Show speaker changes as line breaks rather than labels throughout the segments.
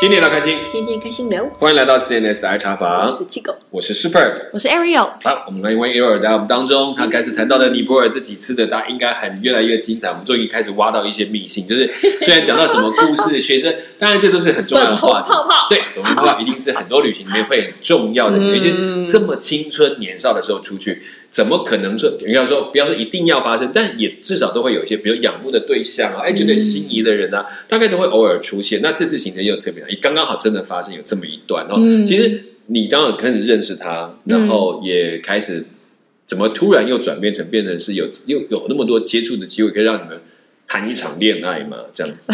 天天聊开心，
天天开心聊，
欢迎来到 CNS 的爱茶
我
房，
是 Tigo，
我是 Super。
我是 Ariel，
好，我们来欢迎 Ariel 在我们当中，他开始谈到了尼泊尔这几次的，大家应该很越来越精彩。我们终于开始挖到一些秘辛，就是虽然讲到什么故事， 学生当然这都是很重要的话题。
粉红泡泡
对，粉红泡泡一定是很多旅行里面会很重要的，尤其是这么青春年少的时候出去，怎么可能说不要说不要说一定要发生，但也至少都会有一些，比如仰慕的对象啊，哎，觉得心仪的人啊，大概都会偶尔出现。那这次行程又特别，也刚刚好真的发生有这么一段哦。其实你当然开始认识他，然后也开始怎么突然又转变成变成是有又有那么多接触的机会，可以让你们谈一场恋爱嘛？这样 子，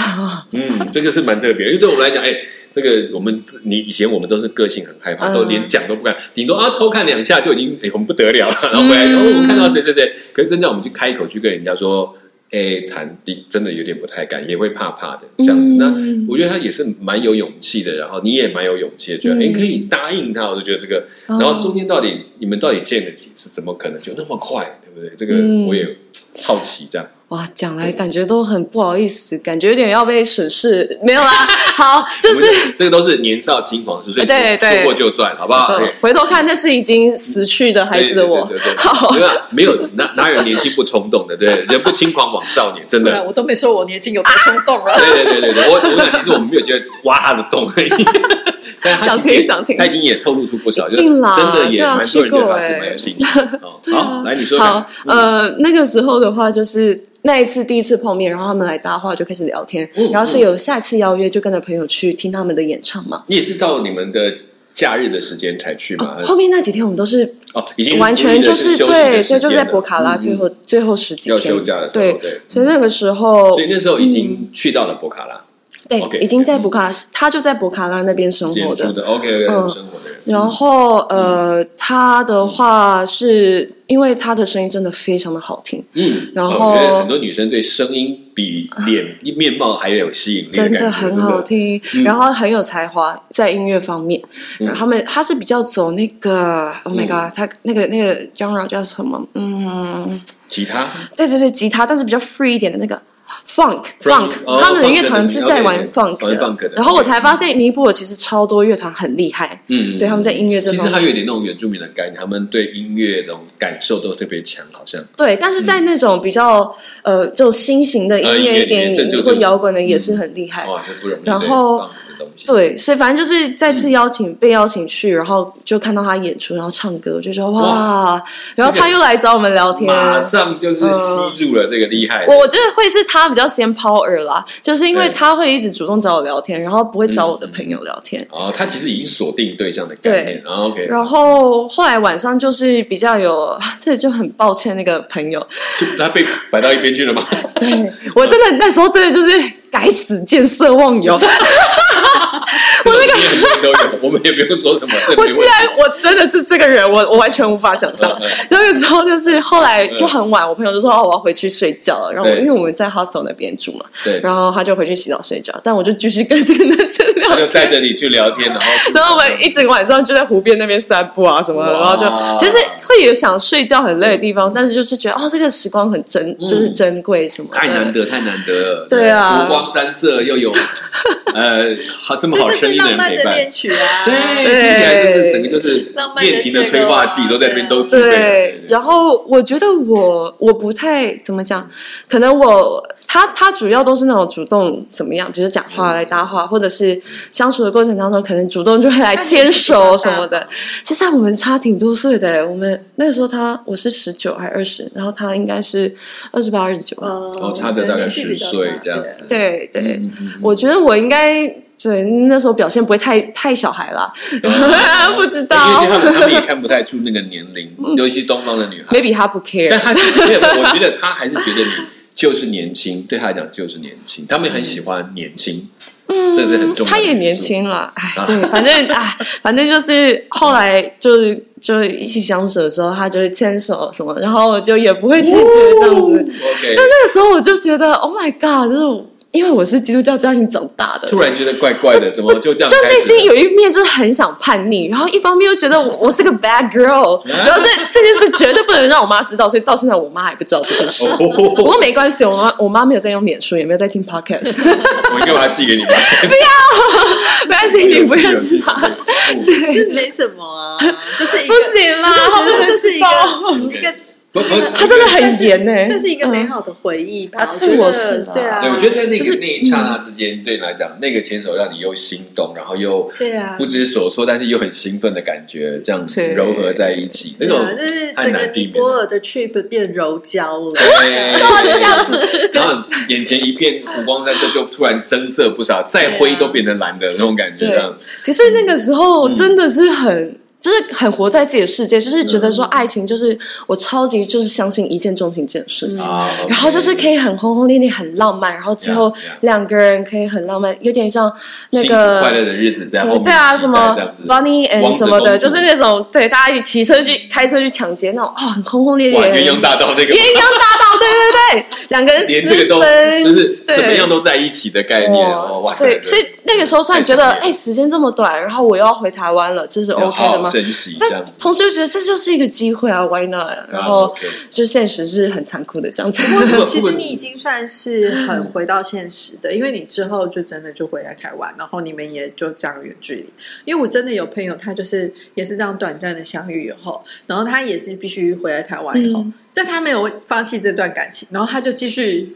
嗯，这个是蛮特别，因为对我们来讲，哎、这个我们你以前我们都是个性很害怕，
嗯
都连讲都不敢，顶多啊偷看两下就已经哎我们不得了
嗯
了，然后回来、哦我看到谁谁谁，可是真正我们去开口去跟人家说。哎，谈地真的有点不太敢，也会怕怕的这样子。
嗯
那我觉得他也是蛮有勇气的，然后你也蛮有勇气的，觉得哎、
嗯哦
可以答应他，我就觉得这个然后中间到底你们到底见了几次？怎么可能就那么快，对不对？这个
嗯
我也好奇，这样。
哇，讲来感觉都很不好意思，感觉有点要被审视，没有啦。 好，就是哎
我们这个都是年少轻狂，所以
对对
说过就算，好不好？对
回头看，那是已经死去的孩子的我
对对对对。
好
对，没有没有哪哪有人年轻不冲动的，对，人不轻狂枉少年，真
不然
的。
啊我都没说我年轻有多冲动了。
对对对对对，我我想其实我们没有觉得挖他的洞而已。但他
想
其实也
听想听
他已经也透露出不少，就
一
是
定啦
真的也
对啊
蛮多人对他
去过
是
欸啊
蛮有兴趣的。 哦好，来你说说
好
看，，嗯
呃，那个时候的话，就是那一次第一次碰面，然后他们来搭话就开始聊天，
嗯
然后所以有下次邀约就跟着朋友去听他们的演唱嘛。哦
你也是到你们的假日的时间才去吗？还是
后面那几天我们都是
哦，呃已经
完全就是
休息的时间
对，
了
所以就在博卡拉
嗯
最后最后十几
要
天
休假的时候
对
对，嗯
所以那个时候
所以那时候已
嗯
经去到了博卡拉，
对
OK，嗯
已经在博卡，他就在博卡拉那边生
演
活
出
的，
的 OK
嗯
OK 生活的人，
然后呃，他的话是因为他的声音真的非常的好听，
嗯，
然
哦
后
我觉得很多女生对声音比脸面貌还有吸引力
真
感觉，
的很好
对嗯
听，然后很有才华在音乐方面。然后他们他是比较走那个，Oh my
嗯
god，他那个那个 genre 叫什么？嗯，
不对，吉他
对对对，吉他，但是比较 free 一点的那个 funk funk，
哦
他们的
funk
乐团
的
是
，OK，
在玩
玩
funk 的。
哦 funk 的
然后我才发现尼泊尔其实超多乐团很厉害，
嗯
对，他们在音乐这
其实
方
还
面。
有一点那种原住民的概念，他们对音乐那种感受都特别强，好像
对，但是在那种比较、呃，这种新型的
呃
音
音
乐
乐
一点
里面这就嗯哦
或
这
摇滚的也是很厉害。
哇，这不容易。
然
对
后
放的东西
对，所以反正就是再
嗯
次邀请、被邀请去，然后就看到他演出，然后唱歌，就觉得哇，然后他又来找我们聊天。
马上就是吸住了这个厉害的，
我我觉得会是他比较先抛饵啦，就是因为
对
他会一直主动找我聊天，然后不会找我的朋友聊天。
哦，他其实已经锁定对象的概念，然后 OK，
然后后来晚上就是比较有， 这就很抱歉那个朋友，
就他被摆到一边去了吗？
对我真的那时候真的就是该死见色忘友，
我那个都有，我们也不用说什么，这
我
没问
竟
题。
然我真的是这个人，我我完全无法想象
嗯嗯。
那个时候就是后来就很晚，我朋友就说哦我要回去睡觉了，然后我
对
因为我们在 hostel 那边住嘛，
对，
然后他就回去洗澡睡觉，但我就继续跟这个 男生聊
他。就带着你去聊天，然后
然后我们一整个晚上就在湖边那边散步啊什么的，然
哇
后就其实会有想睡觉很累的地方，但是就是觉得哦这个时光很珍，就是珍贵什么
嗯
的。
太难得，太难得了。
呃对啊
湖光山色又 有呃好这么好
这
声
是
音的
浪
人
漫
陪
的
伴
恋，曲啊！
对，听起来就是整个就是
浪漫的
恋情的催化剂都在那边都具备了。
对，然后我觉得我我不太怎么讲，可能我他他主要都是那种主动怎么样，比如讲话来搭话，或者是相处的过程当中，可能主动就会来牵手什么 的。其实我们差挺多岁的，我们那时候他我是十九还二十，然后他应该是二十八二十九。
哦
哦
差个大概10岁这样子
对
嗯
对，我觉得我应该对那时候表现不会太太小孩啦， 不知道
哦因为他们他们也看不太出那个年 龄，尤其东方的女孩。
，maybe 他不 care
但。他是没有，我觉得他还是觉得你就是年 轻，对他来讲就是年轻，他们很喜欢年轻，嗯，这是很重要的因素。啊
他也年轻了，哎，对，反正 哎，反正就是后来就是就是一起相处的时候，他就是牵手什么，然后我就也不会拒绝这样子。
哦，OK，
但那个时候我就觉得，Oh my God，就是因为我是基督教家庭长大的，
突然觉得怪怪的，怎么就这样
就
开
内
始
心
了？嗯
有一面就是很想叛逆，然后一方面又觉得我我是个 bad girl，然
啊
后这这件事绝对不能让我妈知道，所以到现在我妈还不知道这件事。不
哦，
过没关系，我妈我妈没有在用脸书，也没有在听 podcast，
我应该把它寄给你吧。
没关系，你不认识她，
不
这没什么 啊，就是 一
不
个，
行啦，
我
好
觉得这是一
棒
个一个，
不不，
她真的很严呢、
算是一个美好的回忆吧。
啊
我觉
对我是
得
啊
对啊，
对，我觉得在那个那一刹那之间，对你来讲，那个牵手让你又心动，然后又
对啊
不知所措，但是又很兴奋的感觉，这样
对
柔合在一起，那
对
种
啊，就是
太
整个
难避
尼
免
泊
了。
尔的 trip 变柔焦了。
对， 这样子， 然后眼前一片湖光山色，就突然增色不少，再灰都变成蓝的那种感觉，
啊对嗯
这样。嗯
可是那个时候真的是很。就是很活在自己的世界，就是觉得
嗯
说爱情就是我超级就是相信一见钟情这件事情，
啊，OK
然后就是可以很轰轰烈烈、很浪漫，然后最后
Yeah, yeah.
两个人可以很浪漫，有点像那
幸福快
个
乐的日子在
什
后
么
面
对啊，
期待
什么
这样子
Bonnie
王
and
子
什么
公
的，
主
就是那种对大家一起骑车去开车去抢劫那种，哦，很轰轰烈
哇，
烈。
鸳鸯大道那个
鸳鸯大道，对对对，两个人
连这个
私奔
都就是
对
怎么样都在一起的概念，哦哇
哇，
塞！
所以所以那个时候突然觉得，
太强烈
哎，时间这么短，然后我又要回台湾了，这是
要好
OK 的
好
吗？
珍惜这
但
样子。
同时又觉得这就是一个机会啊，Why not？然后
OK
就现实是很残酷的这样子。
不
其
不
实你已经算是很回到现实的，因为你之后就真的就回来台湾，然后你们也就这样远距离。因为我真的有朋友，他就是也是这样短暂的相遇以后，然后他也是必须回来台湾以后，
嗯
但他没有放弃这段感情，然后他就继续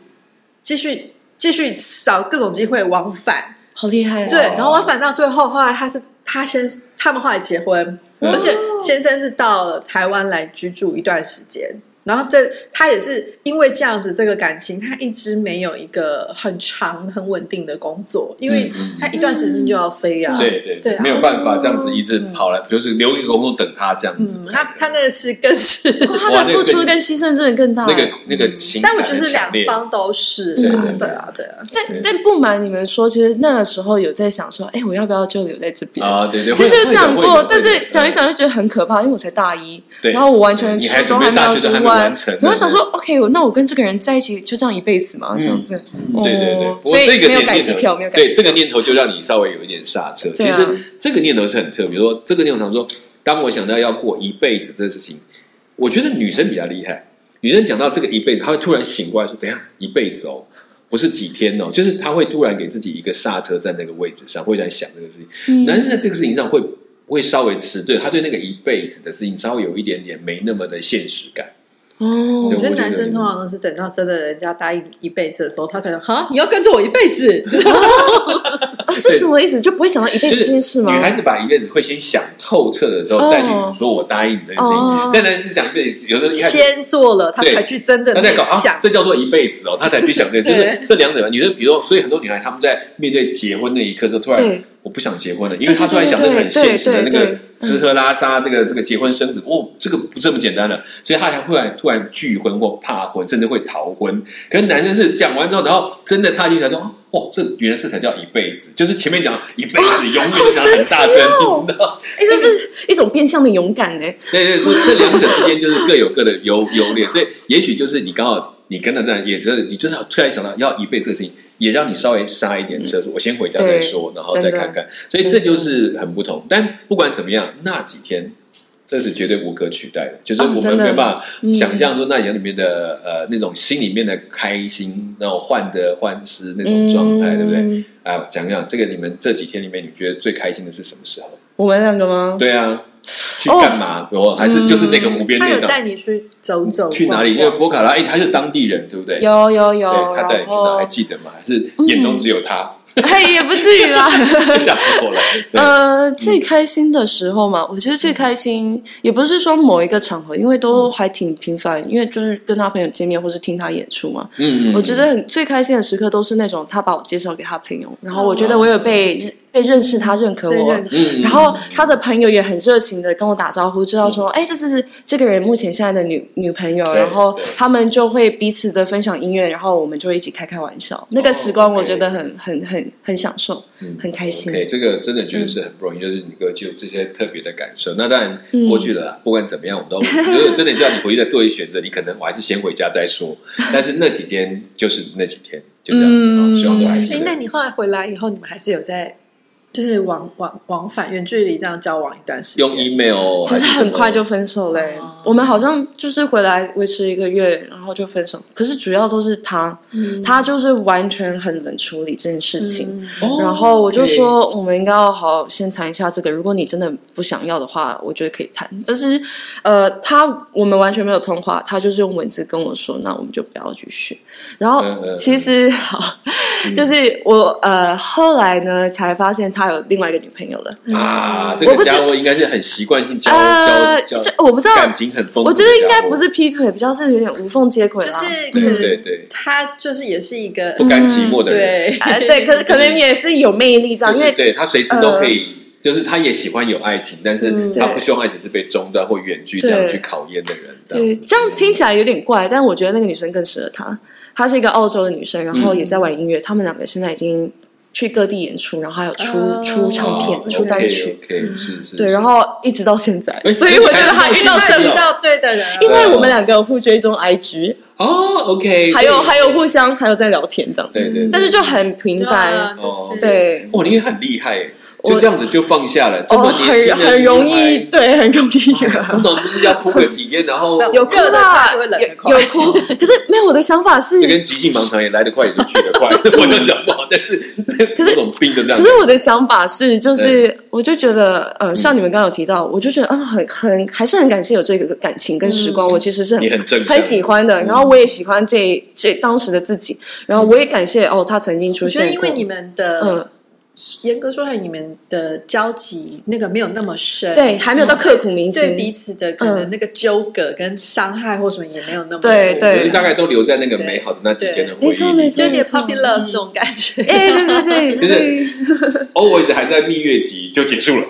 继续继续找各种机会往返，
好厉害、啊！
对，
哦
然后往返到最后，后来他是他先他们后来结婚，
嗯
而且先生是到了台湾来居住一段时间。然后这他也是因为这样子，这个感情他一直没有一个很长、很稳定的工作，因为
嗯嗯嗯
他一段时间就要飞啊。
对对
对啊
没有办法这样子一直
嗯
跑来，就是留一个工作等他这样子
嗯，。他他那个是更是，
他
哇
的
那个
付出
更
跟牺牲真的更大。欸
那个那个情感
但我
很
觉
强
得
烈，
是两方都是
对
啊
对，
对啊，对啊。
对
但但不瞒你们说，其实那个时候有在想说，哎，我要不要就留在这边？
啊， 对对，
其实
会
有想
会会
过，但
会
是想一想就觉得很可怕，因为我才大一，
嗯对
然后我完全
你还
初中
准备大
没
学都
有读
还没完成嗯
然后想说，OK，我那我跟这个人在一起就这样一辈子嘛，这样子，哦
对对对，不过
所
这
以
个
没有
点
改机
念头
票，没有改
对
机
这
票，
个念头就让你稍微有一点刹车。其
对啊
实这个念头是很特别，说这个念头想说，当我想到要过一辈子这事情，我觉得女生比较厉害。女生讲到这个一辈子，她会哦突然醒过来说：“等一下，一辈子哦，不是几天哦。”就是她会突然给自己一个刹车，在那个位置上，会在想这个事情。
嗯
男生在这个事情上会会稍微迟钝，他对那个一辈子的事情稍微有一点点没那么的现实感。
哦
对
我觉
我觉
得
得
男
是
生通常都是等到真的人家答应一辈子的时候，他才能哈，你要跟着我一辈子。
啊是什么意思？就不会想到一辈
嗯就
子这
是
件事吗？
女孩子把一辈子会先想透彻了之后，
哦
再去说我答应你这件事情
哦。
但男生想一辈子，有的人一开始
先做了，他
对
才去真的
他在搞啊
想，。
这叫做一辈子哦，他才去想 这，就
对
是这两者。女生，比如说，所以很多女孩她们在面对结婚那一刻的时候，突然
对
我不想结婚了，因为她突然想这个很
对对对
现实的那
对
个
对嗯
吃喝拉撒，这个这个结婚生子，哦，这个不这么简单了，所以她才会来突然拒婚或怕婚，甚至会逃婚。可是男生是讲完之后，然后真的踏进去才说。哦哦，这原来这才叫一辈子，就是前面讲一辈子，永远讲很大声，
哦好
你
神哦
知道？
哎，这是一种变相的勇敢呢。
对对，所以这两者之间就是各有各的优优劣，所以也许就是你刚好你跟他这样，也真的你真的突然想到要一辈这个事情，也让你稍微刹一点车，说我先回家再说，
嗯对
然后再看看，所以这就是很不同。但不管怎么样，那几天。这是绝对无可取代的，就是
哦
我们
真的
没有办法想象说那里面的、呃那种心里面的开心，然后患得患失那种状态，
嗯
对不对？啊，讲讲这个，你们这几天里面，你觉得最开心的是什么时候？
我们两个吗？
对啊，去
哦
干嘛？然后还是就是那个湖边
他
那
有
种，
带你去走走，
去哪里？因
逛
为
逛
博卡拉，哎，他是当地人，对不对？
有有有
对，，他带你
然
去哪？
后
还记得吗？还是眼中只有他？
哎也不至于啦。
吓死 我了！对
呃，最开心的时候嘛，我觉得最开心也不是说某一个场合，因为都
嗯
还挺频繁，因为就是跟他朋友见面或是听他演出嘛。
嗯嗯，
我觉得很最开心的时刻都是那种他把我介绍给他朋友，然
嗯
后我觉得我有被被认识他，认可
对
我
认。可
嗯，嗯
然后他的朋友也很热情的跟我打招呼，知道说，哎，这是这个人目前现在的女女朋友，
嗯对
然后
对
他们就会彼此的分享音乐，然后我们就一起开开玩笑。那
哦
个时光
，OK 嗯
我觉得很很很很享受，很开心。
OK，这个真的觉得是很不容易，就是你各就这些特别的感受。那当然
嗯
过去了啦，不管怎么样，我们都如果真的叫你回去再做一选
嗯
择，你可能我还是先回家再说。但是那几天就是那几天，就这样子啊。希望过来之
哎、
类
那
的。
你后来回来以后，你们还是有在就是往往往返远距离这样交往一段时间？
用 email
可
还
是
什么
很快就分手嘞、
哦
我们好像就是回来维持一个月，然后就分手。可是主要都是他，
嗯
他就是完全很冷处理这件事情。
嗯
哦
然后我就说，我们应该要好好先谈一下这个。如果你真的不想要的话，我觉得可以谈。但是，呃，他我们完全没有通话，他就是用文字跟我说，那我们就不要继续。然后
嗯嗯嗯，嗯
其实好， 就是我呃后来呢才发现他有另外一个女朋友了。
OK 啊，这
嗯我不
个
是
家伙应该是很习惯性交
呃，
交
就
交
是，我不知道，
感情很丰富。
我觉得应该不，是嗯劈腿，比较是有点无缝接轨
就
啦。
是
对
可能
嗯对对，
他就是也是一个
不甘寂寞的人，
对
呃对，可是可能也是有魅力这样，
就
因
是
为呃
对他随时都可以。就是他也喜欢有爱情，但是
嗯
他
对
不希望爱情是被中断或远距这样
对
去考验的人。这
对
样，
这样听起来有点怪，但我觉得那个女生更适合他。她是一个澳洲的女生，然
嗯
后也在玩音乐，他们两个现在已经去各地演出，然后还有出、
哦
出唱片、
哦
出单曲，嗯
，OK，是是，
对，
是
然后一直到现在，
哎
所以我觉得她
还是
遇到
他
生
遇
命
还。
到对的人啊了，
因为我们两个有互追踪 IG，
哦，OK，
还有
所以
还有互相还有在聊天这样子，
对对，
但
是
是就很平
对
淡
啊，
哦
就是
对，
哇，你也很厉害耶，
我
就这样子就放下了，这
哦，
么年轻
很
的
很容易，
女
对，很容易。
孩，通常不是要哭个几天，然 后
那
有哭
热的
啦
快就会冷得，快
有有哭，可是没有我的想法是
这，跟急性盲肠炎来得快，也就去得快，我就讲不好，但是
可是
这种病就这样
可，是我的想法是，就是我就觉得，呃，像你们刚刚有提到，我就觉得，嗯，很很还是很感谢有这个感情跟时光，
嗯
我其实是
你很正向
很喜欢的，然后我也喜欢这这当时的自己，然后我也感谢哦，他曾经出
我觉得
现
因
过
为，你们的、
嗯，
严格说来，你们的交集那个没有那么深，嗯
对，还没有到刻骨铭
对彼
心，嗯
此的可能那个纠葛跟伤害或什么也没有那么
对对
就是大概都留在那个美好的那几天的回
没错没
忆，
错，
就有点
没错
puppy love 那种感觉。
哎，对对对，
就
所
是
以
偶尔还在蜜月期就结束了，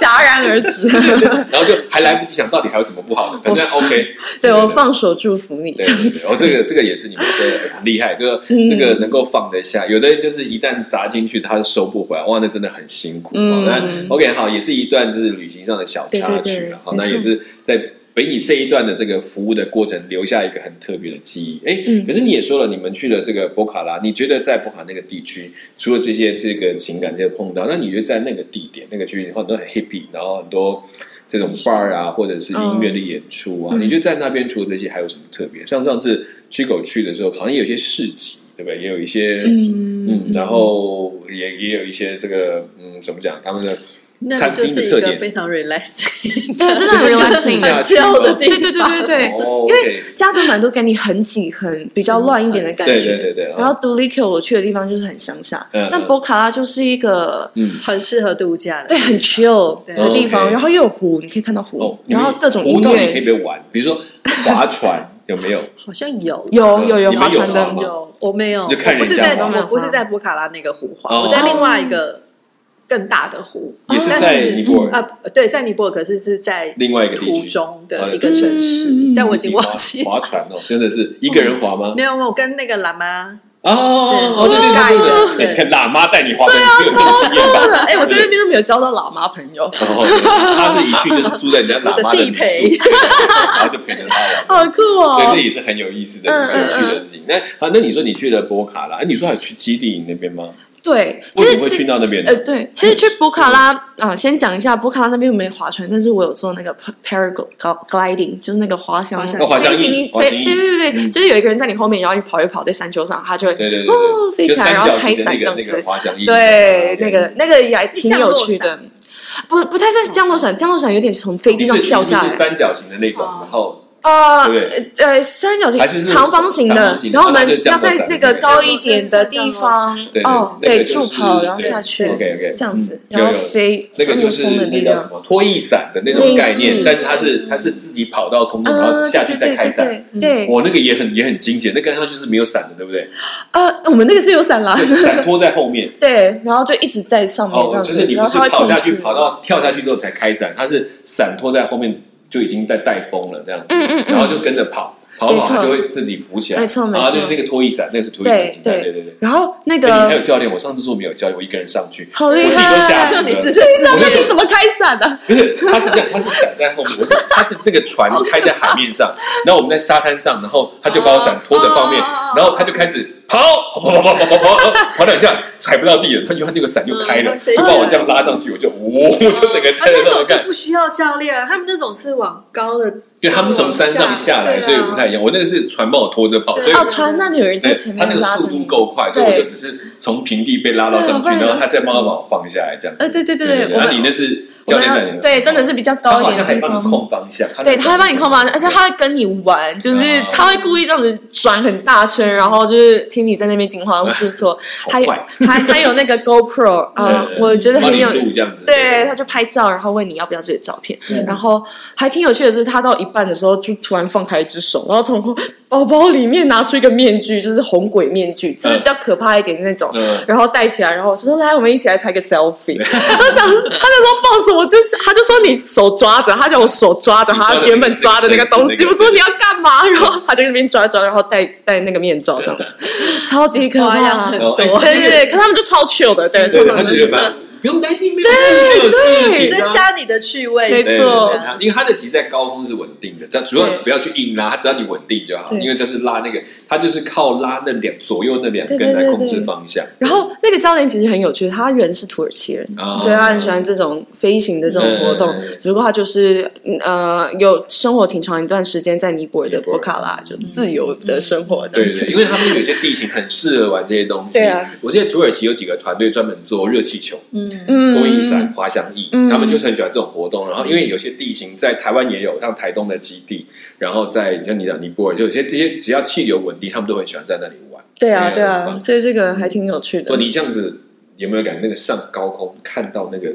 戛然而止。
然后就还来不及想到底还有什么不好的，反正 OK，
对我放手祝福你，
对对对，哦，这个这个也是你们真的很厉害，
嗯
就是这个能够放得下。有的人就是一旦砸进去，他收不回来，哇，那真的很辛苦。
嗯
哦那 OK，好，也是一段就是旅行上的小插
对对
曲
对
了。好，
没
那
错
也是在给你这一段的这个服务的过程留下一个很特别的记忆。哎，
嗯
可是你也说了，你们去了这个博卡拉，你觉得在博卡那个地区，除了这些这个情感这些碰到，那你觉得在那个地点那个区域，很多很 hippy，然后很多。这种 bar 啊，或者是音乐的演出
嗯
啊，你觉得在那边除了这些还有什么特别？像上次去狗去的时候，好像也有一些市集，对不对？也有一些嗯，然后也也有一些这个嗯，怎么讲？他们的
那
餐
个就
厅
是
的
一
特
个
点
非常 relaxing，
对，真的很 relaxing，
这个
很
很
chill 的
地
地方。对对对对对，
哦
因
，OK，
为加德满都给你很挤、很比较乱一点的感
对
觉。
对对对，嗯
然后独立 Q 我去的地方就是很乡下，
嗯嗯
但博卡拉就是一个
嗯，
很适合度假的。
对很 chill
对
的地方，
OK
然后又有湖，你可以看到湖
哦，，
然后各种
舞
音
蹈你可以
乐，哦
别玩，比如说划船 有没有？
好像有
有有有
嗯你们
划
有
船
划
的
吗，
有，我没有，
就看
我不是
人家
在
划
我不是在博卡拉那个湖
哦
划，我在另外一个更大的湖，
也是
但
在尼泊尔
啊，对，在尼泊尔，可是是在
另外一个地
途
区
中
哦
的一个城
嗯
市，但我已经忘记
你划划船哦，真的是一个人划吗
嗯
没？有，没有，我跟那个喇
啊
嘛，
哦哦哦，对对对对，
对
哎看喇嘛带你划船，你有这个经验吧？ 哦
哎，我在那边都没有交到喇嘛朋友，
然后他是一去就是住在人家喇嘛民
我的地
宿，然后就陪着他玩。
好酷
所以
哦
这！也是很有意思的、
嗯嗯嗯
有趣的事情。那好，那你说你去了波卡拉，哎你说还有去基地营那边吗？
对，其
为什
实
么会
其
去到那边呢
呃，？对，其实去
嗯
博卡拉啊、先讲一下，博卡拉那边没划船，但是我有做那个 paragliding，就是那个滑翔
滑翔
哦滑翔
飞行
翼
翼，
滑
飞
翔翼嗯
对对对对，就是有一个人在你后面，然后你跑一跑，在山丘上，他就会
对对对
哦
对，
飞起
就
来，
三
然后
角
开
形的
伞
那个
这样
那
子，
个滑翔翼，
对，那个那个也还挺有趣
降
的。不不太像降落伞，降落伞有点从飞机
你
上
是
跳下
哦你是
来。
三角形的那种，
哦
然后
呃
对不
呃，三角形
还是是
长方形
长
的
方形，的
然后我
那就
们
降
要
落伞
在那个高一点的地方
对对，对
哦，
那个就
对，
是
助跑然后下去，
OK OK
这样子，
嗯
然后
有有
飞
那个就是
风的力
那叫
量
什。么拖曳伞的那种概念
类，似
但是它是它是自己跑到空中，然后
啊，
下
对
去
对
再
对
开伞。嗯
对对对，
我那个也很也很惊险，那个它就是没有伞的，对不对？
呃，我们那个是有伞啦，
伞拖在后面，
对，然后就一直在上面
哦，
这样
就是
子，
你
然
不
后
是
它会
跑
控
下去，
制。
跑到跳下去之后才开伞，它是伞拖在后面就已经在带风了这样子，
嗯嗯嗯
然后就跟着跑，跑跑
没错
它就会自己浮起来，
没错没
然后就
错
那个拖曳伞，那个是拖曳伞
对
形态，对
对
对对。
然后那
哎 你还有
个
教练，我上次做没有教练，我一个人上去，
好厉害啊
我自己都吓死
就
了。
你自
我
那
那时
你
候
怎么开伞的？
不是，他是这样，他是伞在后面，我是他是这个船开在海面上，然后我们在沙滩上，然后他就把我伞拖在后面
哦哦哦，
然后他就开始好，跑跑跑跑跑跑跑跑两下，踩不到地了，他就他那个伞就
嗯
开了，就把我这样拉上去，我就呜，我就整个
啊，
站在
那
上面
种
看
哦
就。不需要教练啊，他们那种是往高的，
因为他们从山上下来，
对啊
所以不太一样。我那个是船帮我拖着跑，所
对
以
啊
我
哦，船那女人在
对
前
他哎那
面
个
拉着
速度
你。
够快，所以我
对
就只是从平地被拉到上去，
对啊不然
然后他再帮我把我放下来这样。
呃，对对对
对啊
对，我
然后你
们
那是
我
教
们
练带
要
你，
对，真的是比较
他
高
好
一
像还
点的地
帮你
方。
控方向，
对，他会帮你控方向，而且他会跟你玩，就是
啊
他会故意这样子转很大圈，然后就是听你在那边惊 慌失措。还有
坏
还还有那个 GoPro 啊，我觉得
帮
很
你
有
录这样子，
对，他就拍照，然后问你要不要这些照片。
对
然后还挺有趣的是，他到一半的时候就突然放开一只手，然后从包包里面拿出一个面具，就是红鬼面具，就是比较可怕一点的那种。
嗯
然后戴起来，然后我说：“来，我们一起来拍个 selfie。”我想，他就说放手，我就是，他就说你手抓着，他叫我手抓着他原本抓的那个东西。
你抓着那个绳
我
子
说你要干嘛？然后他就在那边抓抓，然后戴戴那个面罩这样子，超级可
花样
怕。
很
对
多
对对，可是他们就超 chill 的，对
哎对，他就觉得不用担心，没有事，没有事，
对
增加你的趣味，
没
对，
错
对对对因为他的其实在高空是稳定的，但主要
对
不要去硬拉，只要你稳定就好。
对
因为它是拉那个，它就是靠拉那两左右那两
对
根
对对
来控
对
制方向。
然后那个教练其实很有趣，他人是土耳其人，
哦
所以他很喜欢这种飞行的这种活动。
嗯嗯嗯
只不过他就是嗯呃有生活挺长一段时间在尼泊尔的
尼泊尔
博卡拉，就自由的生活这
对
样
对，
子。
对因为他们有些地形很适合玩这些东西。
对啊，
我记得土耳其有几个团队专门做热气球、
嗯，
嗯
拖衣伞、滑翔翼，
嗯
他们就是很喜欢这种活动。然后因为有些地形在台湾也有，像台东的基地，然后在像你讲尼泊尔，就有些这些只要气流稳定，他们都很喜欢在那里玩。
对啊对
很
啊，
棒
所以这个还挺有趣
不，
的。
你这样子有没有感觉那个上高空看到那个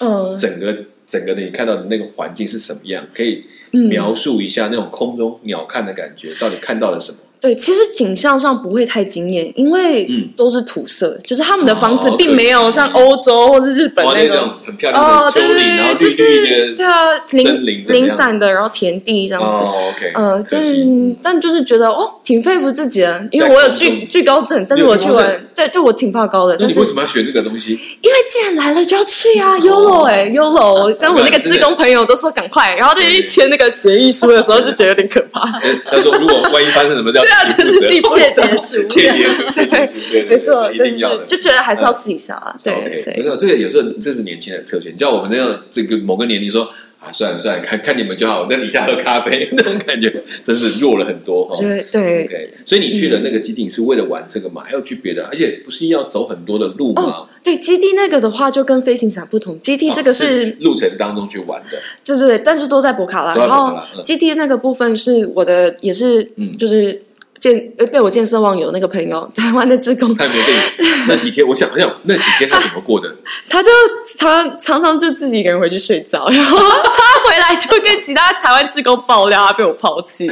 嗯，
整个整个的你看到的那个环境是什么样？可以
嗯
描述一下那种空中鸟瞰的感觉，到底看到了什么？
对，其实景象上不会太惊艳，因为
嗯
都是土色，就是他们的房子
哦
并没有像
可惜
欧洲或是日本
哇，
那
那
种
种很漂亮
哦
的，丘
对对
陵，然后
对，就
绿绿
是对
的，
啊，
森林
零
怎么样
零散的，然后田地这样子。
哦，OK，
呃，
可
但
惜
但就是觉觉得哦，挺佩服自己的，因为
在
我有
空
惧
中
惧高症，但是
你有
我
惧
去
高症
玩，对对，我挺怕高的，
那
但
你
是
为什么要哦选这个东 西？
因为既然来了就要去啊，YOLO 哎，YOLO，我
啊
跟我那个志工朋友都说赶快，然后在那边签那个协议书的时候就觉得有点可 怕，
呃他说，如果万一发生什么叫
对啊，就是自己
切
不
切
责
别事物，
切结束，切结束，对对对
没错，
一
但
定
是
要的。
就觉得还是要试一下啊，对，所
OK，没
以
有这个也是这是年轻人的特权。你叫我们那样这个某个年龄说啊，算了算了，看看你们就好，我在底下喝咖啡，那种感觉真是弱了很多哈。
我觉得对，
OK，所以你去的那个基地你是为了玩这个嘛？还要去别的，而且不是要走很多的路
哦
吗？，
对，基地那个的话就跟飞行伞不同，基
哦
地这个是
啊路程当中去玩的，
对对对，但是都在博卡拉。
都在
然
博卡拉
后
嗯
基地那个部分是我的，也是
嗯
就是见被被我见色忘友那个朋友，台湾的志工，
看没被 那几天，我想想那几天他怎么过的？
他就常常常就自己一个人回去睡觉， 然后他回来就跟其他台湾志工爆料他被我抛弃，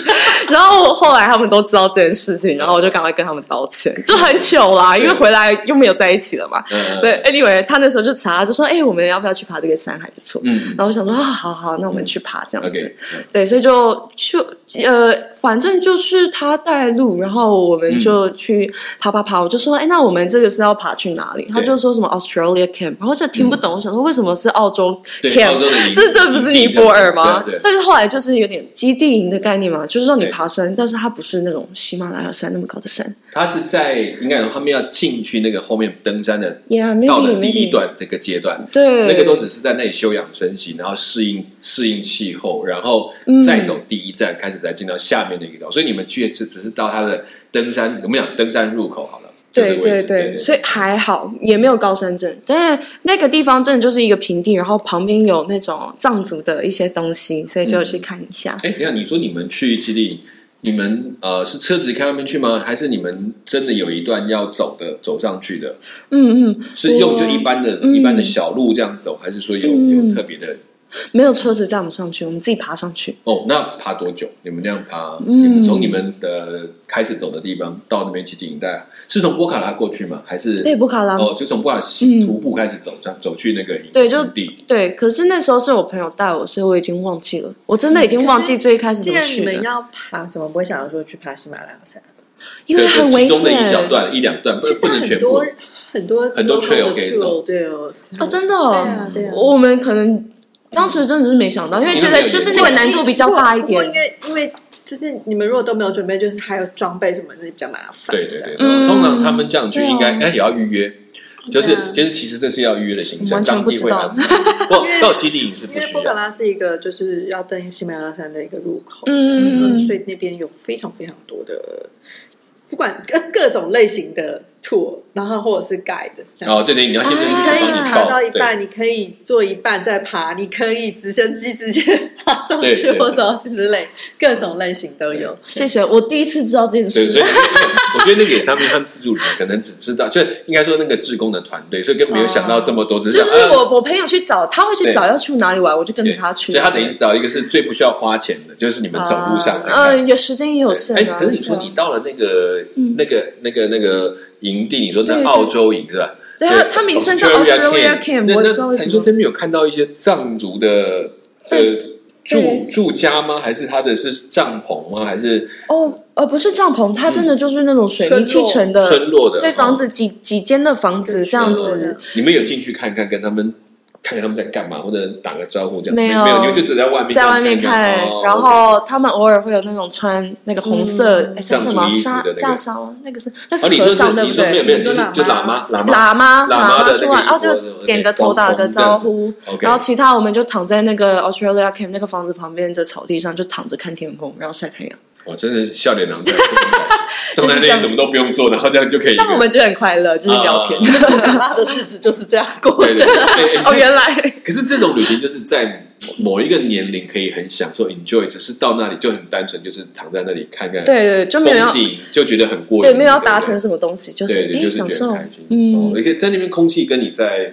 然后后来他们都知道这件事情，然后我就赶快跟他们道歉，就很糗啦，因为回来又没有在一起了嘛。
嗯
对，anyway，他那时候就查，就说：“哎、我们要不要去爬这个山？还不错。”
嗯
然后我想说：“啊，好好，那我们去爬这样子。
，OK，嗯
对，所以就去呃，反正就是他带路，然后我们
嗯
就去爬爬爬。我就说，哎，那我们这个是要爬去哪里？他就说什么 Australia Camp，然后就听不懂。我想说，为什么是澳洲
对
Camp？
澳洲的营
这这不是尼泊尔吗
对对？
但是后来就是有点基地营的概念嘛，就是说你
对
爬山，但是它不是那种喜马拉雅山那么高的山。
他是在应该他们要进去那个后面登山的
Yeah,
到的
maybe
第一
maybe。
段这个阶段，
对，
那个都只是在那里休养生息，然后适应适应气候，然后
嗯
再走第一站，开始再进到下面的一个岛。所以你们去只只是到它的登山，我们讲登山入口好了。就这
对
个位
对
置
对，所以还好，也没有高山症。但是那个地方真的就是一个平地，然后旁边有那种藏族的一些东西，所以就去看一下。
哎，等一下你说你们去基地，你们呃是车子开到那边去吗？还是你们真的有一段要走的走上去的？
嗯嗯，
是用就一般的、
嗯
一般的小路这样走，还是说有、
嗯
有特别的？
没有车子载我们上去，我们自己爬上去。
哦，那爬多久？你们那样爬？
嗯
你们从你们的开始走的地方到那边基地营带，是从波卡拉过去吗？还是
对，布卡拉。嗯
哦，就从布拉西徒步开始走，这样走去那个营
对就
营地。
对，可是那时候是我朋友带我，所以我已经忘记了，我真的已经忘记最开始
既
怎么
然你
去
们
的，
要爬，啊怎么不会想要说去爬喜马拉雅山？
因为很危
就其中的一小
险。
段、一两段，不
其
是
实
不能
很
全部
多。很多
很多 trail
的
可以走
trail，对哦，
哦，真的
对
哦，
啊对啊。
我们可能当时真的是没想到，因为觉得就是那个难度比较大一
不过
点
应。该因为就是你们如果都没有准备，就是还有装备什么的比较麻烦。
对对对，
嗯
通常他们这样去
对啊
应该哎也要预约，就
对
是
啊
就是其实这是要预约的行程，
完全
当
不
地
知
会
道
安排。到
因为
到基地营是不
因为
需
布格
要，
拉是一个就是要登喜马拉雅山的一个入口，
嗯嗯嗯
所以那边有非常非常多的，不管各各种类型的 tour，然后或者是 guide，这
哦
样
对对，你要先跟
你
啊
帮
可以
你
爬
报
到一
对
半，你可以做一半再爬，你可以直升机直接爬上
对
去
对对
或者之类，各种类型都有。
谢谢，我第一次知道这件
对，所以
事。
我觉得那个也是他们他们自助旅行可能只知道，就应该说那个志工的团队，所以根本没有想到这么多，只
哦就是
想啊
我我朋友去找，他会去
对
找要去哪里玩，我就跟着
对，
他去。
所以他等于找一个是最不需要花钱的，就是你们走路上看
呃，
看。
有时间也有限
哎，
啊。
可是你说
对啊
你到了那个那个那个那个营地，你说
对
那
对
澳洲营是吧？
对它它名称叫 Australia Camp，
哦那
我知道为
那
什么
你说那边有看到一些藏族的呃住住家吗？还是他的是帐篷吗？还是
哦，呃，不是帐篷，它真的就是那种水泥
村
砌
落
成的，
嗯村落的？
对，
哦
房子几几间的房子这样
村落
子
的。
你们有进去看看，跟他们看看他们在干嘛，或者打个招呼这样？
没有
有，你们就只在外面
在外面
看
看，
哦
然后他们偶尔会有那种穿那个红色，哎、是什
藏族
么
衣服嗯的那
纱
个
袈裟吗？那个是那是
哦，你
和
说是
尚对
你
不
说没有
对？
没有，你
就是喇
就
嘛
喇嘛喇嘛
喇嘛，
喇嘛
嘛
的
出
那个
来，
衣
然后
服
就
对
点个头，
黄
打个
黄的
招呼。
OK
然后其他我们就躺在那个 Australia Camp 那个房子旁边的草地上，就躺着看天空，然后晒太阳。
我哦真的是笑脸 狼狈，这种感觉这
就是这
种
样
什么都不用做，然后这样就可以一个。
但我们觉得很快乐，就是聊天。
爸妈的日子就是这样过
啊对对
的。
对，哎
哦，
哎
原来
可是这种旅行就是在某一个年龄可以很享受 enjoy，只是到那里就很单纯，就是躺在那里看看
对对，就没
风
有要
景，就觉得很过瘾。
对没有要达
对
成什么东西，就
对
是
对，
哎、
就是
享
觉得
受
很开心。，
嗯
哦，而且在那边空气跟你在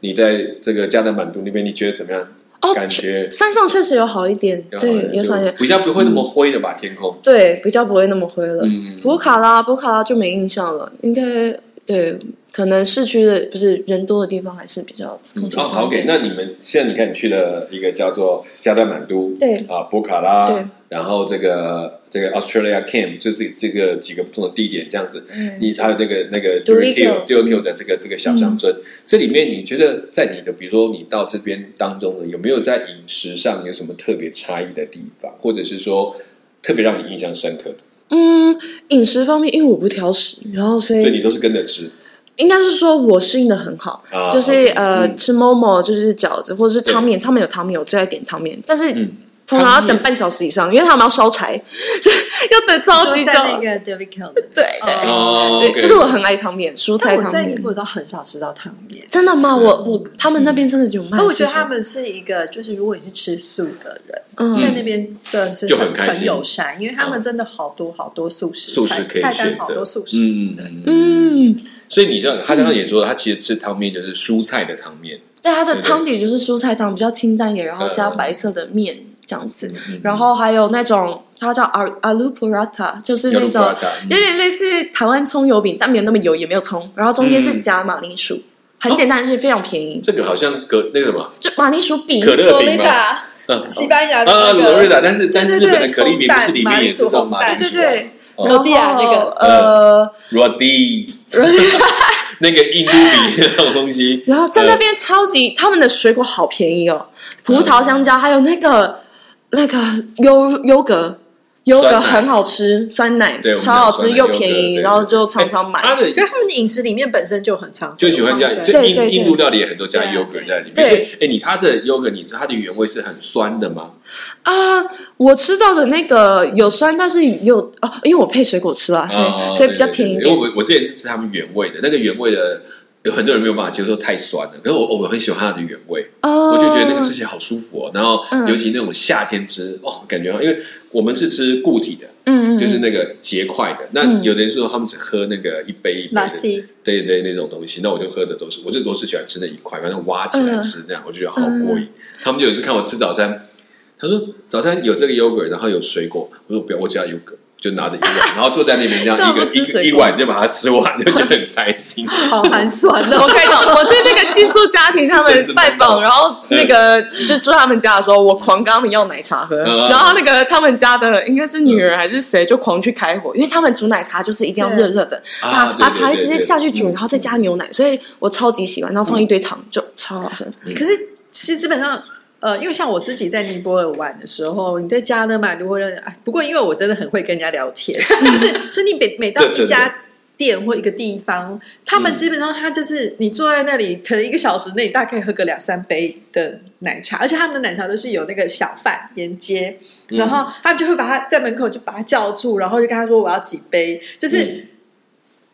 你在这个加德满都那边，你觉得怎么样？
哦，
感觉
山上确实有好一点，
然后
对，有少一
就
嗯点，
比较不会那么灰的吧？天空
对，比较不会那么灰了。
嗯
博卡拉，博卡拉就没印象了，应该对，可能市区的不是人多的地方还是比较空气
哦，好
脏
给。那你们现在你看，你去了一个叫做加德满都，
对
啊，博卡拉，
对，
然后这个这个 Australia Camp，就是这个几个不同的地点这样子。
嗯
你还有那个那个 d u r i
Durikill
k i d u r i k i 的这个这个小乡村，这里面你觉得在你的比如说你到这边当中呢，有没有在饮食上有什么特别差异的地方，或者是说特别让你印象深刻的？
嗯，饮食方面，因为我不挑食，然后所
对你
以
都是跟着吃，
应该是说我适应的很好，
啊
就是
OK，
呃、
嗯
吃 momo 就是饺子或者是
对
汤面，他们有汤面，我最爱点汤面，但是。
嗯
通常要
汤面
等半小时以上，因为他们要烧柴， 要等超级
说
久
在。那个 Delicate，
对对
哦
哦
对，
，OK
但是我很爱汤面，蔬
但
菜
我
汤
在
面
英。国都很少吃到汤面。
真的吗？我我他
嗯
们那边真的有卖。
哦而我觉得他
们
们是一个，就是如果你是吃素的人，
嗯
在那边真的是
就很开心
友善，因为他们真的好多好多嗯素食
素
菜
食可以
菜
选
单好
择
多素，食，
嗯嗯
对
嗯。
嗯，
所以你知道，他刚刚也说了，他其实吃汤面就是蔬菜的汤面，
对，它的
对对
汤底就是蔬菜汤，比较清淡一点，然后加
嗯
白色的面这样子
嗯嗯，
然后还有那种它叫 al- alu paratha，就是
叫
那
做
种
burrata，嗯
有点类似台湾葱油饼，但没有那么油，也没有葱，然后中间是夹马铃薯，很简单，但是非常便宜，
嗯这个好像隔那个什么
就马铃薯饼。
可乐饼吧？
Lolita，
嗯
西班牙的
啊，
那
罗瑞
个
达，但是但是日
对对
本的可丽饼不是里面也是叫
红
马
蛋
铃
对
薯
对对
啊，哦
然后
罗地亚那个
呃，
罗 蒂， 那个印度饼那种东西，
然后在那边超级，他们的水果好便宜哦，葡萄、香蕉，还有那个那个优优格，优
酸
格
奶
很好吃，酸奶
对我们
超好
讲
吃
酸奶
又
优格
便宜，
对哎
然后就常常买。
他的
因为他们的饮食里面本身就很常
就喜欢加，
放
就
生
对
印
对
印度料理也很多加优格在里面。
对
所以，哎，你它的优格，你知道它的原味是很酸的吗？
啊、我吃到的那个有酸，但是有哦，因为我配水果吃啊啦，所以、
哦
所以比较甜一
对对对因
点。
为我我之前是吃他们原味的，那个原味的有很多人没有办法接受太酸了，可是我我很喜欢它的原味。
哦，
我就觉得那个吃起来好舒服哦。然后
嗯
尤其那种夏天吃，哦，感觉好因为我们是吃固体的，
嗯嗯，嗯
就是那个结块的。那有的人说他们只喝那个一杯一杯
拉
的，
西，
对对那种东西。那我就喝的都是，我这都是喜欢吃那一块，反正挖起来吃那样，
嗯
我就觉得好过瘾。他们有一次看我吃早餐，他说早餐有这个 yogurt，然后有水果，我说不要，我只要 yogurt。就拿着一碗，然后坐在那边这
对啊
样一个
不吃
一个
水
一
果
碗就把它吃完，就觉得很开心。
好寒酸
嗯。
哦。
我看到，我去那个寄宿家庭，他
真是
们拜
难道
访，然后那个就住他们家的时候，我狂跟他们要奶茶喝，
嗯
然后那个他们家的应该是女儿还是谁，就狂去开火，因为他们煮奶茶就是一定要热热的，
对
把
啊
把
对对
茶叶
对
直接
对
下去煮，
嗯
然后再加
嗯
牛奶，所以我超级喜欢，然后放一堆糖就超好喝。
可是其实基本上。呃，因为像我自己在尼泊尔玩的时候，你在加勒曼就会认，哎，不过因为我真的很会跟人家聊 天，就是所以你每每到
这
一
真的
家。店或一个地方，他们基本上他就是你坐在那里，可能一个小时内大概喝个两三杯的奶茶，而且他们的奶茶都是有那个小贩沿街，
嗯
然后他们就会把他在门口就把他叫住，然后就跟他说我要几杯，就是
嗯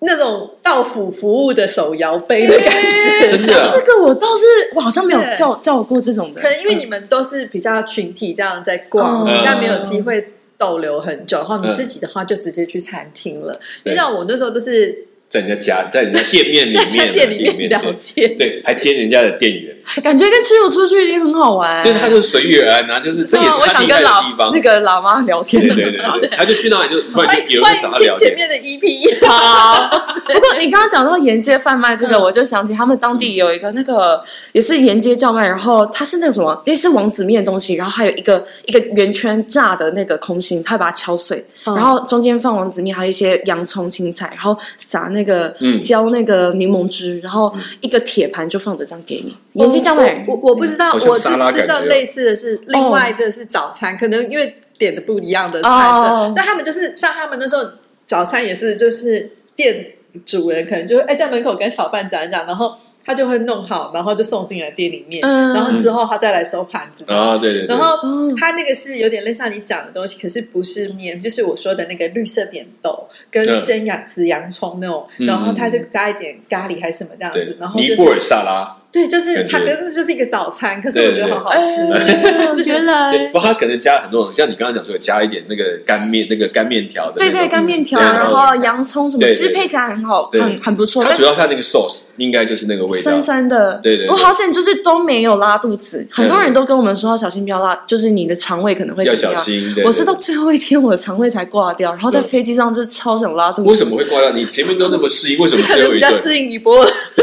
那种到府服务的手摇杯的感觉，
真的
这个我倒是我好像没有
对
叫叫过这种的，
可能因为你们都是比较群体这样在逛，
嗯
比较没有机会逗留很久，然后你
嗯
自己的话就直接去餐厅了。
对
就像我那时候都是
在人家家，在人家店面里
在
面，啊
餐店里
店
面聊
对
天，
对，还兼人家的店员，
感觉跟吃友出去一定很好玩。
就是他就是随遇而安啊，就是这也是
我
他
想
厉害
跟
的
老
地方啊
那。个老妈聊天
对。对 对对，他就去那里就突然
欢
间 有人
迎欢
找
迎
他
听
聊
前
天，
面的 E EP，
好，不过你刚刚讲到沿街贩卖
嗯
这个，我就想起他们当地有一个那个也是沿街叫卖，然后它是那个什么类似王子面的东西，然后还有一个一个圆圈炸的那个空心，他会把它敲碎，
嗯
然后中间放王子面，还有一些洋葱、青菜，然后撒那个
嗯
浇那个柠檬汁，然后一个铁盘就放着这样给你。
哦
沿街叫卖，
哦
哦
我我我不知道，
好像
我是
沙拉
吃
感
到
觉
类似的是另外的是早餐，可能因为点的不一样的菜
哦
色，但他们就是像他们那时候早餐也是就是店主人可能就会哎在门口跟小贩讲一讲，然后他就会弄好，然后就送进来店里面，
嗯
然后之后他再来收盘子。
啊，对对对，
然后
嗯
它那个是有点类似像你讲的东西，可是不是面，就是我说的那个绿色扁豆跟
嗯
生洋紫洋葱那种，
嗯
然后它就加一点咖喱还是什么这样
对
子，然，后
尼
就
泊
是
尔沙
嗯
拉，
对，就是
感
它，
觉
可是就是一个早餐，可是我觉得很
哦
好
哎
吃。，
原来
不，过他可能加了很多种，像你刚刚讲说有加一点那个干面，那个干面条的那
对
种，
对，干面条，
对
然后洋葱什么，
对
其实配起来很好，
对
很很不错。
它
但
主要它那个 sauce 应该就是那个味道
酸，酸的，
对对对
我好险，就是都没有拉肚子。很多人都跟我们说要小心不要拉，就是你的肠胃可能会
要
怎
小
么样。
心。对对
我是到
对
最后一天我的肠胃才挂掉，然后在
对
飞机上就超想拉肚子。
为什么会挂掉？你前面都那么适应，为什么
可
最
能
后
比
一
较
顿？
适应尼泊尔
不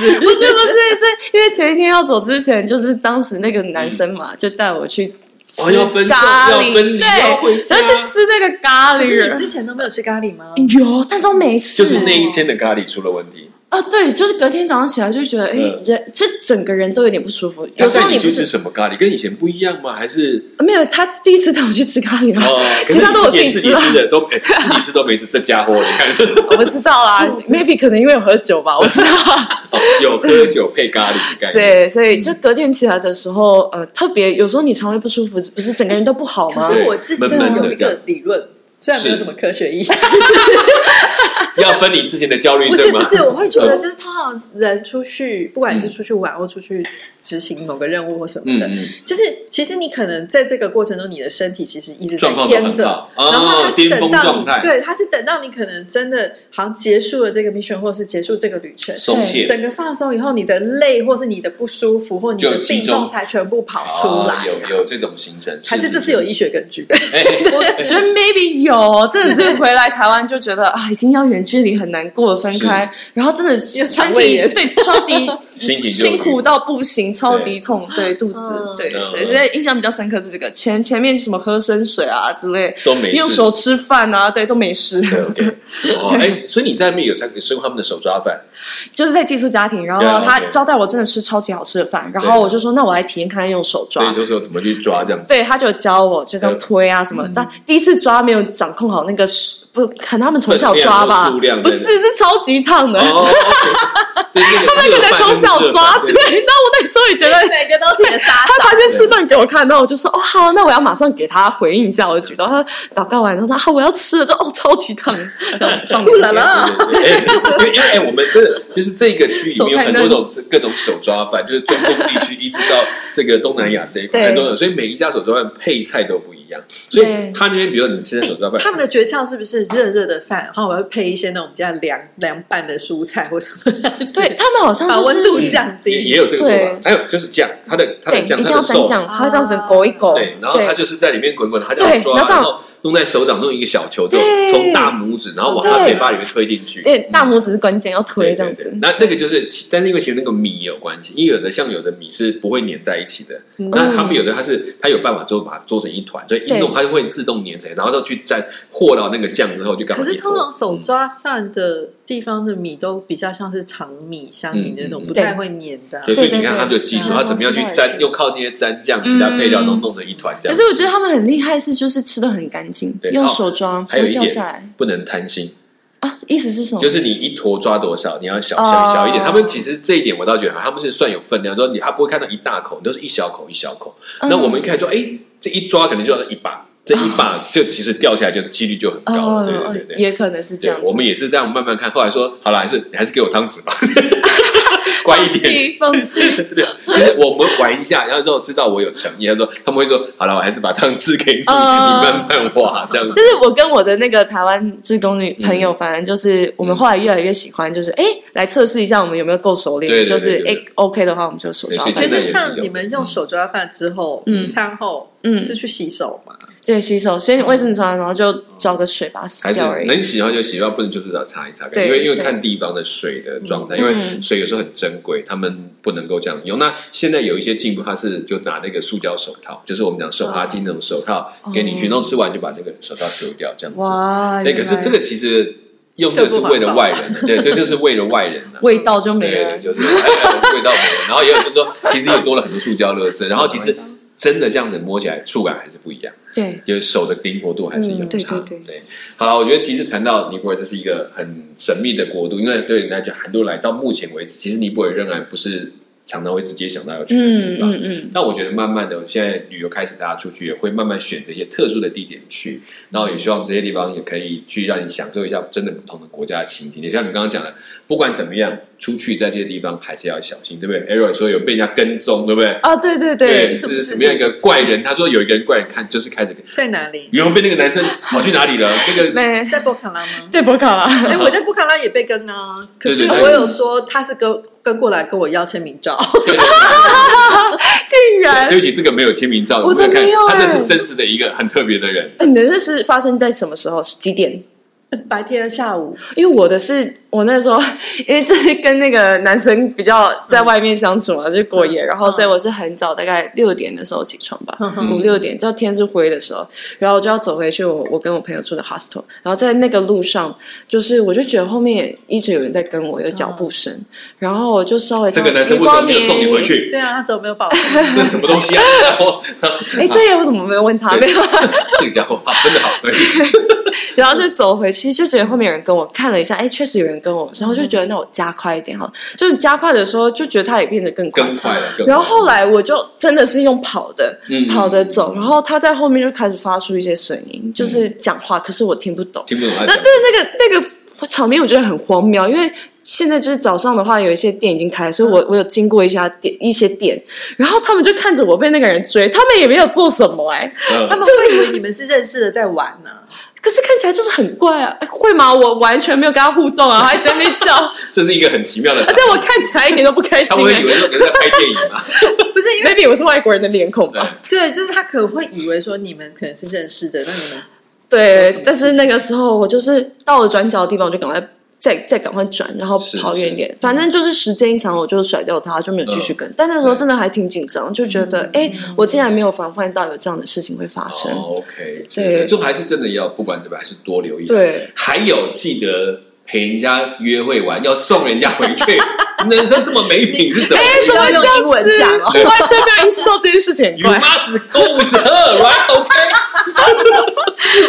是不是，是因为前一天要走之前，就是当时那个男生嘛，就带我去吃
嗯哦要分手
咖
要
喱，
分离要回
对，
家
然后去吃那个咖
可是你
喱
之。前都没有吃咖喱吗？
有，但都没事。
就是那一天的咖喱出了问题。
啊，对，就是隔天早上起来就觉得，哎、
嗯
人这整个人都有点不舒服。有时
那
候
你
不
去
是
吃什么咖喱？跟以前不一样吗？还 是
没有，他第一次带我去吃咖喱，然后
哦，
其他都我
可能你
自
自
己
己
吃啊
吃的都哎自己吃都没吃，这家伙你看，
我不知道啊啦 ，maybe 可能因为我喝酒吧，我不知道。
哦有喝酒配咖喱的概念。
对，所以就隔天起来的时候，呃，特别有时候你肠胃不舒服，不是整个人都不好吗
可？是我自己
对
有一个理论，虽然没有什么科 学依据，
要分离之前的焦虑
不是
症吗？
不是，我会觉得
嗯
就是通常人出去，不管你是出去玩或出去执行某个任务或什么的，
嗯嗯
就是其实你可能在这个过程中，你的身体其实一直在
状况都
颠
很
着，
好，
然后
哦
他，是
巅
等
峰
到你
状态，
对，他是等到你可能真的好像结束了这个 mission 或是结束这个旅程，
松懈
整个放松以后，你的累或是你的不舒服或你的
就集
病
中
痛才全部跑
哦
出来。
有有这种行程，
还是这是有医学根据 的，
哎
我觉得 maybe 有，真的是回来台湾就觉得啊，已经要远距离很难过分开，然后真的
又
身
肠胃
体
炎
对超 级
心情就
辛苦到不行，超级痛，对肚
嗯
子，对
嗯
对，所以印象比较深刻是这个前前面什么喝生水啊之类，
都没事
用手吃饭啊，对都没事，
对 OK，哦，哎，所以你在那边有参吃过他们的手抓饭，
就是在寄宿家庭，然后
Yeah，
他
okay
招待我真的吃超级好吃的饭，然后
对
我就说那我来体验看看用手抓
所以，就是有怎么去抓这样。
对，他就教我就这样推啊什么，但第一次抓没有掌控好那个时不，可能他们从小抓吧
分量或数量，
不是
对
是超级烫的，
哦，OK，对，他
他们可能从小抓，对
对，。
那我那时候也觉得。
每个都铁砂
他拿些示范给我看，那我就说哦好，那我要马上给他回应一下我的举动。他祷告完，他说啊我要吃了，就哦超级烫，这样放
不冷
了。
了。
对对对因为因为哎，我们真的就是这个区里面有很多种各种手抓饭，就是中东地区一直到这个东南亚这一块，
对
很多种，所以每一家手抓饭配菜都不一样。所以
对
他那边，比如你吃的手抓饭，
他们的诀窍是不是热热的饭，然后我要配一些那种比较凉凉拌的蔬菜或什么的，
对他们好像
把
就
温度
是
降
也也
低。
有这个做法
对。
还有就是酱，它的它
对
的
一定
酱，它
要
的
沾
sauce，
酱，他会这样子勾一勾，
对，然后它就是在里面滚滚，它这
对
样抓，
然后这样
然后弄在手掌弄一个小球，就
对
从大拇指，然后往他嘴巴里面推进去。
对大拇指是关键，要推
对
这样
对
子
对，。那那个就是其，但是因为其实那个米也有关系，因为有的像有的米是不会粘在一起的，
嗯
那他们有的它是它有办法之后把它做成一团，所以一
对
弄它就会自动粘起来，然后就去沾和到那个酱之后就刚好
可
一
是通
锅。
常手抓饭的地方的米都比较像是长米、香米那
嗯
种，
嗯嗯
不太会粘的啊。
对所以
对
你看
对
他就技术，
对嗯
他怎么样去沾，又靠那些蘸酱、其他配料都弄成一团这
可
样。
是我觉得他们很厉害，是就是吃的很干净，
对
用
哦
手抓不
还有
会
一
掉下来
点不能贪心，
啊。意思是什么？
就是你一坨抓多少，你要小
哦
小小一点。他们其实这一点我倒觉得还好，他们是算有分量，说你他不会看到一大口，都是一小口一小口。
嗯
那我们一开始说，哎，这一抓可能就要一 把，这一把就其实掉下来就几率就很高了。
哦，
对对对对。
也可能是这
对
样，子。
我们也是这样慢慢看。后来说，好了，还是你还是给我汤匙 吧，乖一点。
放弃，放弃
对 对，就是我们玩一下，然后之后知道我有诚意，他说他们会说，好了，我还是把汤匙给你，你
哦
慢慢挖这样子
就。是我跟我的那个台湾志工
嗯
女朋友，反正就是我们后来越来越喜欢，就是哎，来测试一下我们有没有够熟
对
练，
对
就
对
是
对
哎 OK 的话，我们就手抓
对所以
饭。
所
现在
以就
也是
像
有
你们用手抓饭之后，
嗯
餐后，
嗯
是去洗手嘛？
对，洗手，先卫生纸啊刷，然后就找个水把它洗
还是
掉而已。
能洗的话就洗，要不能就是要擦一擦，
对
因为因为
对
看地方的水的状态，
嗯
因为水有时候很珍贵，他们不能够这样用。那现在有一些进步，它是就拿那个塑胶手套，就是我们讲手帕巾那种手套给你去弄，吃完就把那个手套丢掉这样子。
哦
哎
哇，
对，可是这
原来
个其实用这个是为了外人的，对，这就是为了外人 的。
味道就没
对，
了。
就是哎哎味道没有。然后也有就是说，其实也多了很多塑胶 垃圾，然后其实真的这样子摸起来触感还是不一样，
对，
就是手的灵活度还是有
嗯对
差。
对对
好了，我觉得其实谈到尼泊尔，这是一个很神秘的国度，因为对你来讲，很多人来到目前为止，其实尼泊尔仍然不是常常会直接想到要去的
嗯
地方。
嗯嗯，
但我觉得慢慢的，现在旅游开始，大家出去也会慢慢选择一些特殊的地点去，然后也希望这些地方也可以去让你享受一下真的不同的国家的情景。也像你刚刚讲的，不管怎么样，出去在这些地方还是要小心，对不对 a r o 说有被人家跟踪，对不对？
啊，对对对，
是不
是
是
什么样一个怪人？他说有一个人怪人看，就是开始
在哪里？
原文被那个男 生跑去哪里了？那个
没
在博卡拉 吗？
对博卡啦，
哎，我在布卡拉也被跟啊，可
对
是
对对
我有说他是跟跟过来跟我要签名照，
对对对 对
竟然
对不起，这个没有签名照，
啊我的
你看
没有
他这
哎
是真实的一个很特别的人。
哎你的那是发生在什么时候？几点？
白天下午
因为我的是我那时候，因为就是跟那个男生比较在外面相处嘛，就过夜，然后所以我是很早，大概六点的时候起床吧，五六点，到天是灰的时候，然后我就要走回去我我跟我朋友住的 hostel，然后在那个路上，就是我就觉得后面一直有人在跟我，有脚步声，然后我就稍微
这个男生
余
为什么
光
没有送你
瞄
回去？
对啊，他怎么没有保护？
这是什么东西啊？然后
哎，对，我怎么没有问他？没有。
这个家伙啊，真的好对。
然后就走回去，就觉得后面有人跟我看了一下，哎，确实有人跟我，然后就觉得那我加快一点好了，就是加快的时候就觉得他也变得更快。
更快了。更快了
然 后后来我就真的是用跑的，
嗯嗯
跑的走，然后他在后面就开始发出一些声音，就是讲话，可是我听不懂。
嗯听不懂他
那
讲
但 是那个那个场面我觉得很荒谬，因为现在就是早上的话，有一些店已经开了，所以
嗯
我我有经过一下店一些店，然后他们就看着我被那个人追，他们也没有做什么哎、
他
嗯
们会以为你们是认识的在玩啊呢、
可是看起来就是很怪啊，哎会吗？我完全没有跟他互动啊，还在那边叫，而
这是一个很奇妙的场
且
景，
我看起来一点都不开
他
心、
们会以
欸。
为说你在拍电 影嘛？
不是因为
Maybe 我是外国人的脸孔吧。
对，
对，就是他可能会以为说你们可能是认识的，那你们有什么事
对
情，
但是那个时候我就是到了转角的地方，我就赶快再再赶快转，然后
是
跑远一点。反正就是时间一长，我就甩掉他，就没有继续跟。但那时候真的还挺紧张，就觉得哎、我竟然没有防范到有这样的事情会发生。
哦，OK，
对
就还是真的要不管怎么样，还是多留意。，
对，
还有记得陪人家约会完，要送人家回 去。男生这么没品是怎么
哎、说到
你要
这
用
样
英文
子，
讲
我
哦
完全没有意识到这件事 情很
？You
怪。
must go with her, right? OK,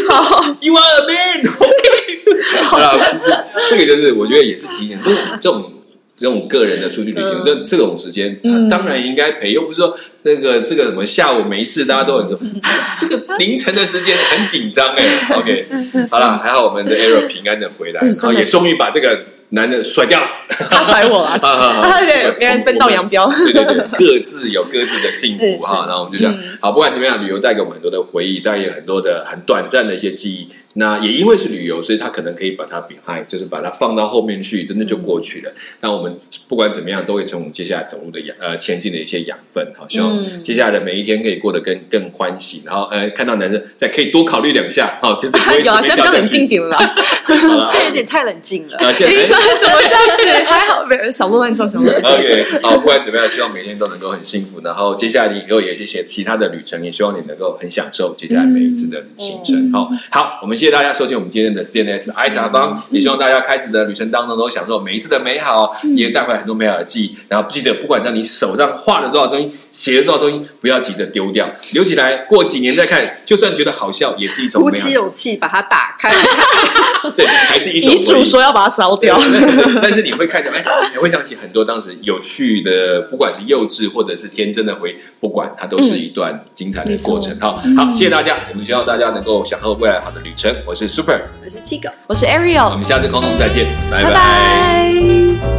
好，
you are a man. OK，好了，其实这个就是我觉得也是提醒这种这种。这种个人的出去旅行，
嗯
这这种时间，
嗯
他当然应该陪，又不是说那个这个什么下午没事，大家都很什么，
嗯
这个凌晨的时间很紧张 哎。OK，
是是是
好，了，还好我们的 Arrow 平安的回来，
嗯
然后也
真的
终于把这个男的甩 掉了。
他甩我了，
好好好
他啊对，别人分道扬镳。
对对对，各自有各自的幸
是
福
是嗯
哈。然后我们就讲，好，不管怎么样，旅游带给我们很多的回忆，带给很多的很短暂的一些记忆。那也因为是旅游，所以他可能可以把它 behind，就是把它放到后面去，真的就过去
嗯
了。那我们不管怎么样，都会从我们接下来走路的养呃前进的一些养分，好，希望接下来的每一天可以过得更更欢喜。然后呃，看到男生再可以多考虑两下，好，就是不会随
有啊，现在
便掉
比较
下
冷静
去。
点了啦。
好了
现在有点太冷静了。
啊，现
你
在
怎么这样子？还别小鹿乱撞，小鹿乱撞。
OK，好，不管怎么样，希望每天都能够很幸福。然后接下来你以后有一些其他的旅程，也希望你能够很享受接下来每一次的行程。好、好，我们谢谢大家收听我们今天的 CNS 的 I 茶坊，也希望大家开始的旅程当中都享受每一次的美好，也带回来很多美好的记忆。然后记得，不管让你手上画了多少东西，写了多少东西，不要急着丢掉，留起来，过几年再看，就算觉得好笑，也是一种
鼓
美好
起
的，
勇气把它打 开，
对，还是一种
遗
回
嘱
忆
说要把它烧掉。
对但是你会看到，哎，你会想起很多当时有趣的，不管是幼稚或者是天真的回，不管它都是一段精彩的过程。好、好，谢谢大家，我们希望大家能够享受未来好的旅程。我是 Super，
我是七狗。
我是
我
Ariel，
们下次空中再见，拜
拜拜。